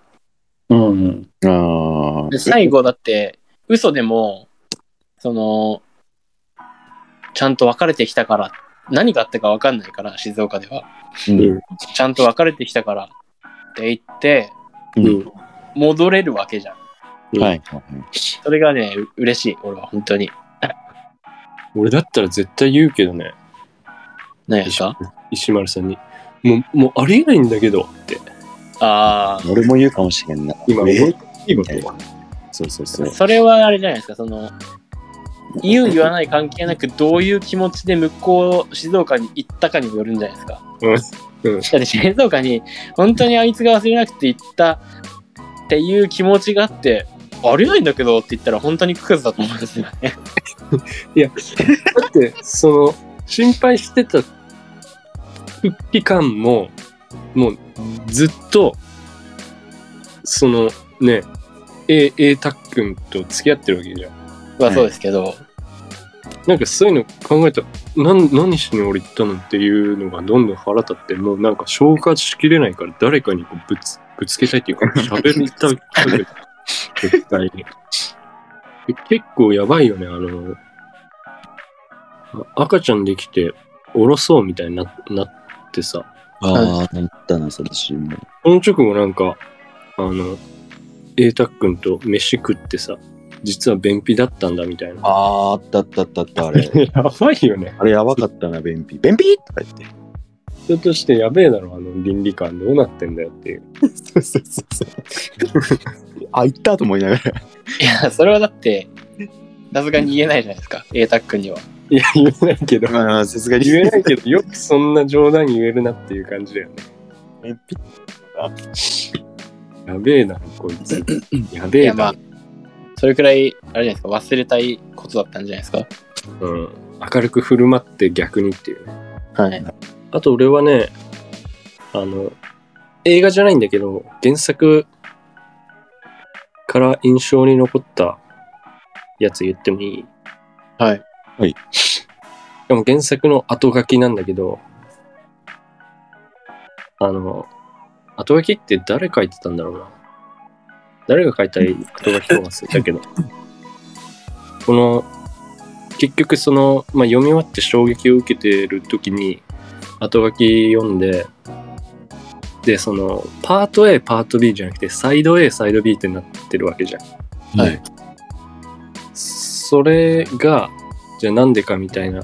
Speaker 2: うん。
Speaker 3: あ
Speaker 1: で
Speaker 3: あ
Speaker 1: 最後だって、嘘でも、その、ちゃんと別れてきたから、何があったかわかんないから、静岡では。
Speaker 3: うん
Speaker 1: ちゃんと別れてきたからって言って、
Speaker 2: うん。
Speaker 1: 戻れるわけじゃん。
Speaker 3: はい
Speaker 1: それがね、う嬉しい、俺は、本当に。
Speaker 2: 俺だったら絶対言うけどね、
Speaker 1: 何やった
Speaker 2: 石丸さんに。もう、もうありえないんだけどって。
Speaker 1: あ
Speaker 3: 俺も言うかもしれんな。
Speaker 2: 今
Speaker 3: え
Speaker 2: いいこと
Speaker 3: そうそうそ
Speaker 1: あ、
Speaker 3: う。
Speaker 1: それはあれじゃないですか、その、言う言わない関係なく、どういう気持ちで向こう、静岡に行ったかによるんじゃないですか。
Speaker 2: うんうん
Speaker 1: だって静岡に、本当にあいつが忘れなくて行ったっていう気持ちがあって、ありえないんだけどって言ったら、本当にクズだと思うんですよ ね。
Speaker 2: だって、その、心配してた復帰感も、もうずっと、そのね、A、A タックンと付き合ってるわけじゃん。
Speaker 1: まあそうですけど、
Speaker 2: なんかそういうの考えたら、なん何しに俺行ったのっていうのがどんどん腹立って、もうなんか消化しきれないから誰かにこうぶつぶつけたい っていうか、喋りたい。絶対に。で結構やばいよね、あの、あ赤ちゃんできて、おろそうみたいにななってさ、
Speaker 3: ああ、なったな、それしも。
Speaker 2: その直後なんか、あの、A タックンと飯食ってさ、実は便秘だったんだみたいな。。
Speaker 3: ああー、あったあったあったあった、あれ
Speaker 2: やばいよね。
Speaker 3: あれやばかったな、便秘。便秘とか言って。
Speaker 2: 人としてやべえだろ、あの倫理観どうなってんだよっていう。
Speaker 3: そうそうそうそう。 あ、行ったと思いながら。
Speaker 1: いや、それはだって、さすがに言えないじゃないですか、A タックには。
Speaker 2: いや、言えないけど、
Speaker 3: ああ、さすがに
Speaker 2: 言えないけど、よくそんな冗談言えるなっていう感じだよね。
Speaker 3: 便秘
Speaker 2: やべえな、こいつ。やべ
Speaker 1: い
Speaker 2: え
Speaker 1: や、ま
Speaker 2: な
Speaker 1: あ。、それくらい、あれじゃないですか、忘れたいことだったんじゃないですか。
Speaker 2: うん。明るく振る舞って逆にっていうね。
Speaker 1: はい。
Speaker 2: あと俺はね、あの、映画じゃないんだけど、原作から印象に残ったやつ言ってもいい
Speaker 1: はい。
Speaker 2: でも原作の後書きなんだけど、あの、後書きって誰書いてたんだろうな。誰が書いた後書きか忘れたけど、この、結局その、まあ、読み終わって衝撃を受けてる時に、後書き読んで、で、その、パート A、パート B じゃなくて、サイド A、サイド B ってなってるわけじゃん。
Speaker 1: はい。
Speaker 2: それが、じゃあなんでかみたいな、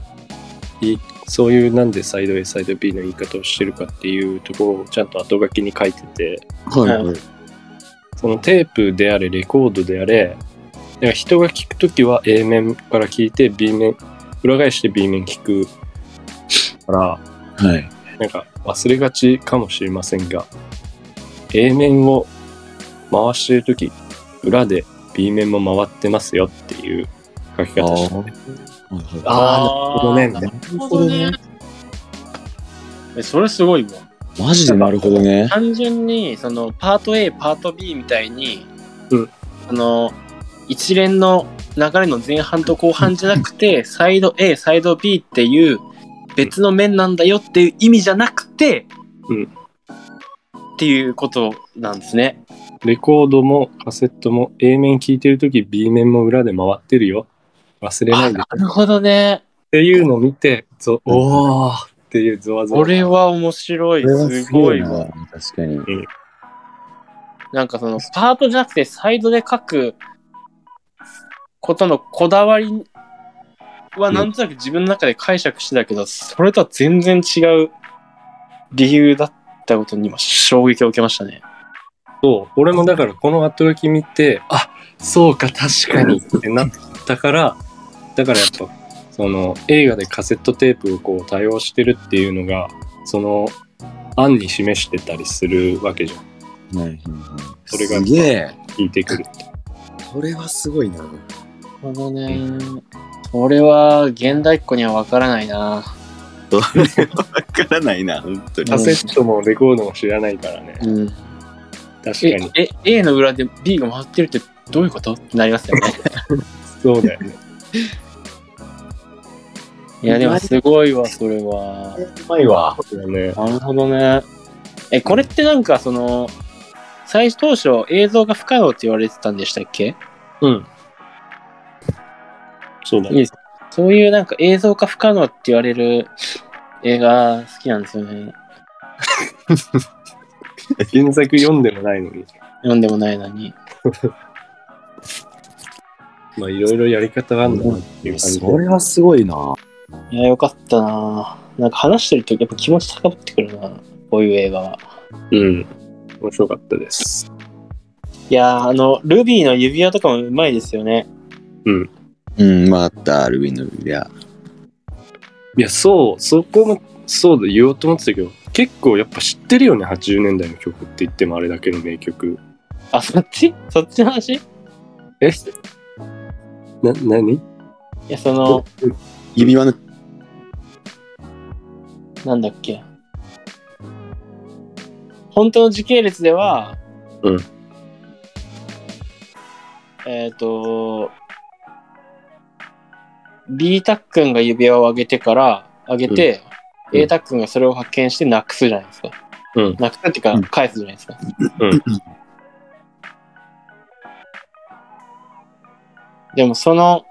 Speaker 2: いそういうなんでサイド A、サイド B の言い方をしてるかっていうところをちゃんと後書きに書いてて、
Speaker 3: はいはい。
Speaker 2: そのテープであれ、レコードであれ、だから人が聞くときは A 面から聞いて B 面、裏返して B 面聞くから、
Speaker 3: はい。
Speaker 2: なんか忘れがちかもしれませんが、A 面を回してるとき、裏で B 面も回ってますよっていう書き
Speaker 3: あ
Speaker 2: 方して
Speaker 3: ー
Speaker 1: あー
Speaker 2: なるほどねみたいな
Speaker 3: なる
Speaker 1: なる
Speaker 3: ほ
Speaker 1: ほ
Speaker 3: ど
Speaker 1: ど
Speaker 3: ね
Speaker 1: ね。えそれすごいもん。
Speaker 3: マジでなるほどね。
Speaker 1: 単純に、その、パート A、パート B みたいに、
Speaker 2: うん
Speaker 1: あの、一連の流れの前半と後半じゃなくて、サイド A、サイド B っていう、別の面なんだよっていう意味じゃなくて、
Speaker 2: うん
Speaker 1: っていうことなんですね。
Speaker 2: レコードもカセットも A 面聞いてるとき B 面も裏で回ってるよ。忘れな
Speaker 1: あ
Speaker 2: いで。っ
Speaker 1: なるほどね。
Speaker 2: ていうのを見て、ぞおーっていうゾワゾワ。
Speaker 1: これは面白い。すごい
Speaker 3: これは
Speaker 1: わ。
Speaker 3: すな確かに。
Speaker 1: なんかその、パートじゃなくて、サイドで書くことのこだわりは、なんとなく自分の中で解釈してたけど、それとは全然違う理由だったことに今、衝撃を受けましたね。
Speaker 2: そう俺もだからこの後書き見て、あそうか、確かにってなったから、だからやっぱ、その映画でカセットテープをこう多用してるっていうのが、その案に示してたりするわけじゃん。
Speaker 3: はいはいはい
Speaker 2: それが
Speaker 3: すげえ。
Speaker 2: 聞いてくるって。
Speaker 3: これはすごいな。
Speaker 1: なるほどね。これは、現代っ子にはわからないな。
Speaker 3: わからないな、本当に
Speaker 2: カセットもレコードも知らないからね。
Speaker 1: うん。
Speaker 2: 確か
Speaker 1: え
Speaker 2: に。、
Speaker 1: え A の裏で B が回ってるってどういうことってなりますよ ね。
Speaker 2: そうだよね。
Speaker 1: いや、でもすごいわ、それは。
Speaker 3: うまいわ。
Speaker 2: そうだよね。
Speaker 1: なるほどね。え、これってなんかその、最初当初映像が不可能って言われてたんでしたっけ
Speaker 2: うん。そうだ
Speaker 1: いいですそういうなんか映像化不可能って言われる映画好きなんですよね。
Speaker 2: 原作読んでもないのに。
Speaker 1: 読んでもないのに。
Speaker 2: まあ、いろいろやり方があるんだなっていう感じで。
Speaker 3: それはすごいな。
Speaker 1: いや、よかったなぁなんか話してるとやっぱ気持ち高ぶってくるなこういう映画は。
Speaker 2: うん。面白かったです。
Speaker 1: いやー、あの、ルビーの指輪とかもうまいですよね。
Speaker 3: うん、まああった、ルビーの指輪。
Speaker 2: いや、そう、そこも、そうだ、言おうと思ってたけど、結構やっぱ知ってるよね、80年代の曲って言ってもあれだけの名曲。
Speaker 1: あ、そっちそっちの話い
Speaker 2: えな、何
Speaker 1: や、その、
Speaker 3: 指輪の、
Speaker 1: なんだっけ。本当の時系列では、
Speaker 2: うん。
Speaker 1: えっ、と、B タックンが指輪を上げてから、上げて、
Speaker 2: うん
Speaker 1: A タックンがそれを発見してなくすじゃないですか。
Speaker 2: うん
Speaker 1: なくすっていうか
Speaker 3: うん、
Speaker 1: 返すじゃないですか。
Speaker 2: うん
Speaker 1: でも、その、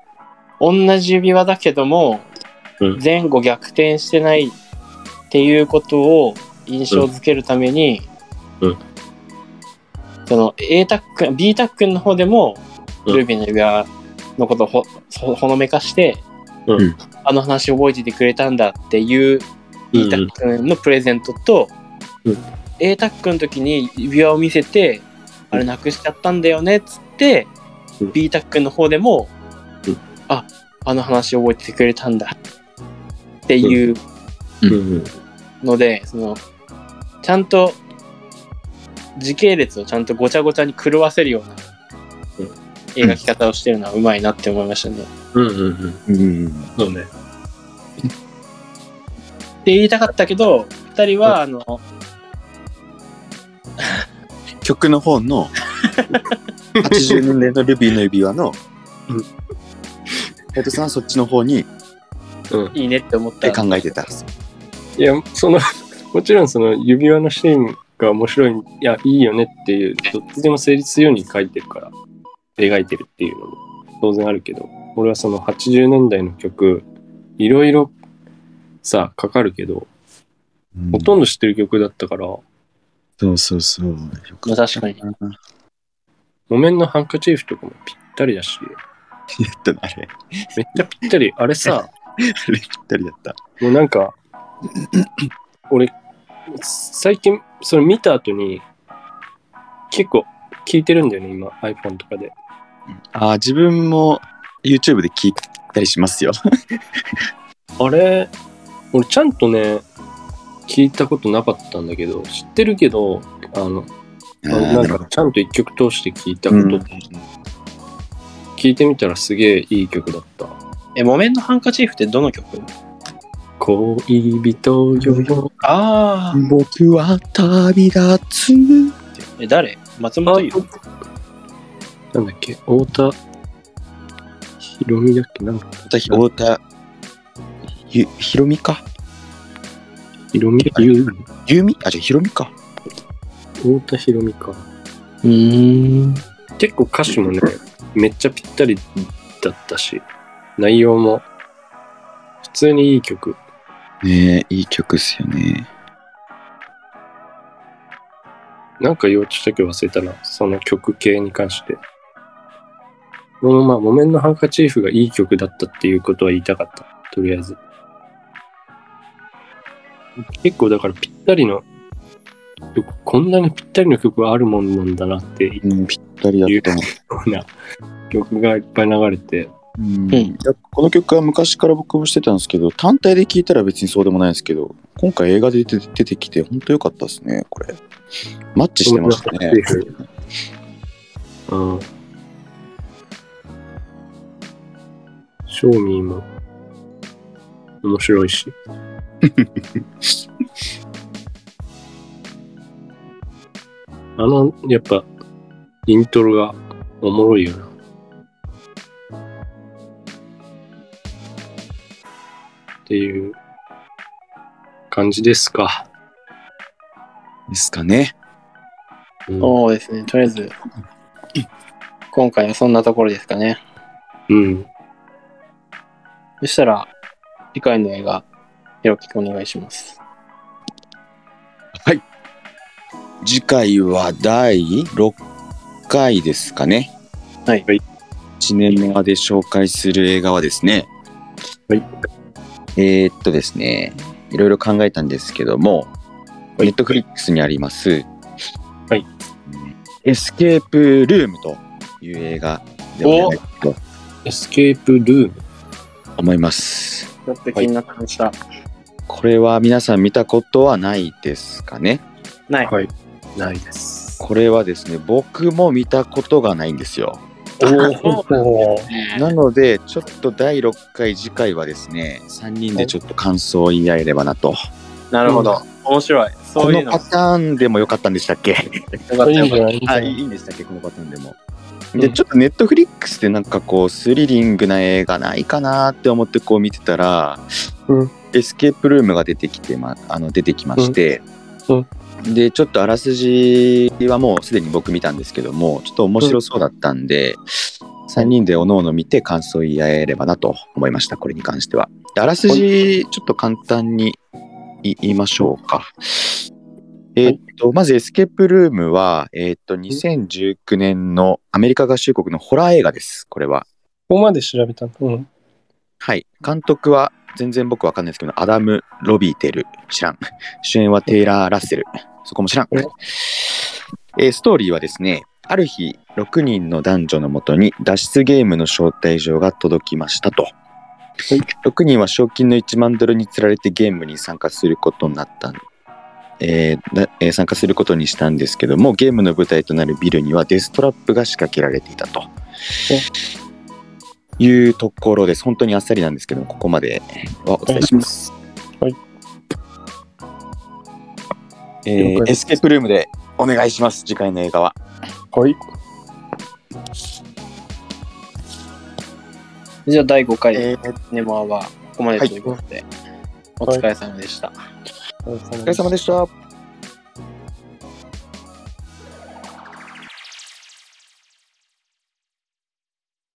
Speaker 1: 同じ指輪だけども、
Speaker 2: うん
Speaker 1: 前後逆転してないっていうことを印象づけるために、
Speaker 2: うん
Speaker 1: その A タック B タックの方でも、
Speaker 2: うん
Speaker 1: ルービーの指輪のことをほほほのめかして、
Speaker 2: うん
Speaker 1: あの話覚えててくれたんだっていう B タックのプレゼントと、
Speaker 2: うん
Speaker 1: A タックの時に指輪を見せて、あれなくしちゃったんだよねっつって、
Speaker 2: うん
Speaker 1: B タックの方でも、
Speaker 2: うん
Speaker 1: ああの話覚えててくれたんだっていう
Speaker 2: うん。
Speaker 1: のでそのちゃんと時系列をちゃんとごちゃごちゃに狂わせるような
Speaker 2: うん
Speaker 1: 描き方をしてるのはうまいなって思いましたね。
Speaker 2: うんうんうん。
Speaker 3: うん、
Speaker 2: そうね。
Speaker 1: って言いたかったけど2人はあの
Speaker 3: 曲の方 の80年代のルビーの指輪の
Speaker 2: うん、
Speaker 3: ヘッドさんはそっちの方に
Speaker 2: うん。
Speaker 1: いいねって思った
Speaker 3: え考えて た。
Speaker 2: いや、その、 もちろんその指輪のシーンが面白い、いや、いいよねっていう、どっちでも成立するように書いてるから、描いてるっていうのも当然あるけど、俺はその80年代の曲、いろいろさ、かかるけど、ほとんど知ってる曲だったから、
Speaker 3: そうそうそう。
Speaker 1: まあ確かに。
Speaker 2: 木綿のハンカチーフとかもぴったりだし、
Speaker 3: やったなあれ。
Speaker 2: めっちゃぴったり、あれさ、
Speaker 3: あれぴったりだった。
Speaker 2: もうなんか、俺、最近、それ見た後に、結構聞いてるんだよね、今、iPhone とかで。
Speaker 3: あー自分も YouTube で聞いたりしますよ。
Speaker 2: あれ、俺ちゃんとね、聞いたことなかったんだけど、知ってるけど、あの、あのなんかちゃんと一曲通して聞いたこと、聞いてみたらすげえいい曲だった。
Speaker 1: え、木綿のハンカチーフってどの曲
Speaker 2: 恋人よよ。
Speaker 1: ああ、
Speaker 3: 僕は旅立つ。
Speaker 1: え、誰松本優
Speaker 2: なんだっけ、太田ひろみだっけなんか、
Speaker 3: 太田、ゆ、ひろみか。
Speaker 2: ひろみ、ゆ
Speaker 3: ゆうみあ、じゃひろみか。
Speaker 2: 太田ひろみか。
Speaker 1: うーん。
Speaker 2: 結構歌詞もね、めっちゃぴったりだったし、内容も、普通にいい曲。
Speaker 3: ねえ、いい曲っすよね。
Speaker 2: なんか言おうとしたけど忘れたな、その曲系に関して。でもまあ、木綿のハンカチーフがいい曲だったっていうことは言いたかった。とりあえず。結構だからぴったりの曲、こんなにぴったりの曲があるもんなんだなっていう
Speaker 3: うん、ぴったりだったの。
Speaker 2: ような曲がいっぱい流れて、
Speaker 3: うん
Speaker 1: ん
Speaker 3: いやこの曲は昔から僕もしてたんですけど、単体で聴いたら別にそうでもないですけど、今回映画で出て出てきて、本当良かったですね、これ。マッチしてましたね。
Speaker 2: うん。ショーミーも面白いし。 あの、やっぱ、イントロがおもろいよな。っていう感じですか。
Speaker 3: ですかね。
Speaker 2: うん
Speaker 1: そうですね、とりあえず、今回はそんなところですかね。
Speaker 2: うん。
Speaker 1: そしたら、次回の映画、ひろきくんお願いします。
Speaker 3: 次回は第6回ですかね。
Speaker 1: はい
Speaker 2: はい
Speaker 3: シネマで紹介する映画はですね。
Speaker 2: はい。
Speaker 3: えーっとですね、いろいろ考えたんですけども、ネットフリックスにあります、
Speaker 2: はい
Speaker 3: エスケープルームという映画でお願いしたいと
Speaker 2: エスケープルーム。
Speaker 3: 思います。
Speaker 1: ちょっと気になってました。
Speaker 3: これは皆さん見たことはないですかね
Speaker 1: ない。
Speaker 2: はい。ないです。
Speaker 3: これはですね、僕も見たことがないんですよ。
Speaker 2: おお。
Speaker 3: なので、ちょっと第6回、次回はですね、3人でちょっと感想を言い合えればなと。
Speaker 1: なるほど。面白い。
Speaker 3: こ
Speaker 1: そうい
Speaker 3: の
Speaker 1: うの。
Speaker 3: パターンでもよかったんでしたっけ
Speaker 1: よかったよかっ
Speaker 2: ない
Speaker 3: あ、いいんでしたっけこのパターンでも。
Speaker 2: うん
Speaker 3: で、ちょっとネットフリックスでなんかこう、スリリングな映画ないかなって思ってこう見てたら、
Speaker 2: うん
Speaker 3: エスケープルームが出てきて、ま、あの、出てきまして、
Speaker 2: うん
Speaker 3: で、ちょっとあらすじはもうすでに僕見たんですけども、ちょっと面白そうだったんで、3人でおのおの見て感想を言い合えればなと思いました、これに関しては。であらすじ、ちょっと簡単にい言いましょうか。えーっと、まずエスケープルームは、えーっと、2019年のアメリカ合衆国のホラー映画です、これは。
Speaker 2: ここまで調べたの。うん。
Speaker 3: はい。監督は、全然僕わかんないですけど、アダム・ロビーテル、知らん。 主演はテイラー・ラッセル、そこも知らん。えーストーリーはですね、ある日、6人の男女のもとに脱出ゲームの招待状が届きましたと。6人は賞金の1万ドルにつられてゲームに参加することになったん、えーだえー参加することにしたんですけどもゲームの舞台となるビルにはデストラップが仕掛けられていたというところです本当にあっさりなんですけどもここまではお伝えします
Speaker 2: はい、
Speaker 3: え
Speaker 2: 了解
Speaker 3: ー、
Speaker 2: で
Speaker 3: エスケープルームでお願いします次回の映画は
Speaker 2: はい。
Speaker 1: た。じゃあ、第5回、
Speaker 3: ーお
Speaker 1: ネモアはここまでということで、お疲れ様でした。
Speaker 2: お疲
Speaker 3: 疲れ様でした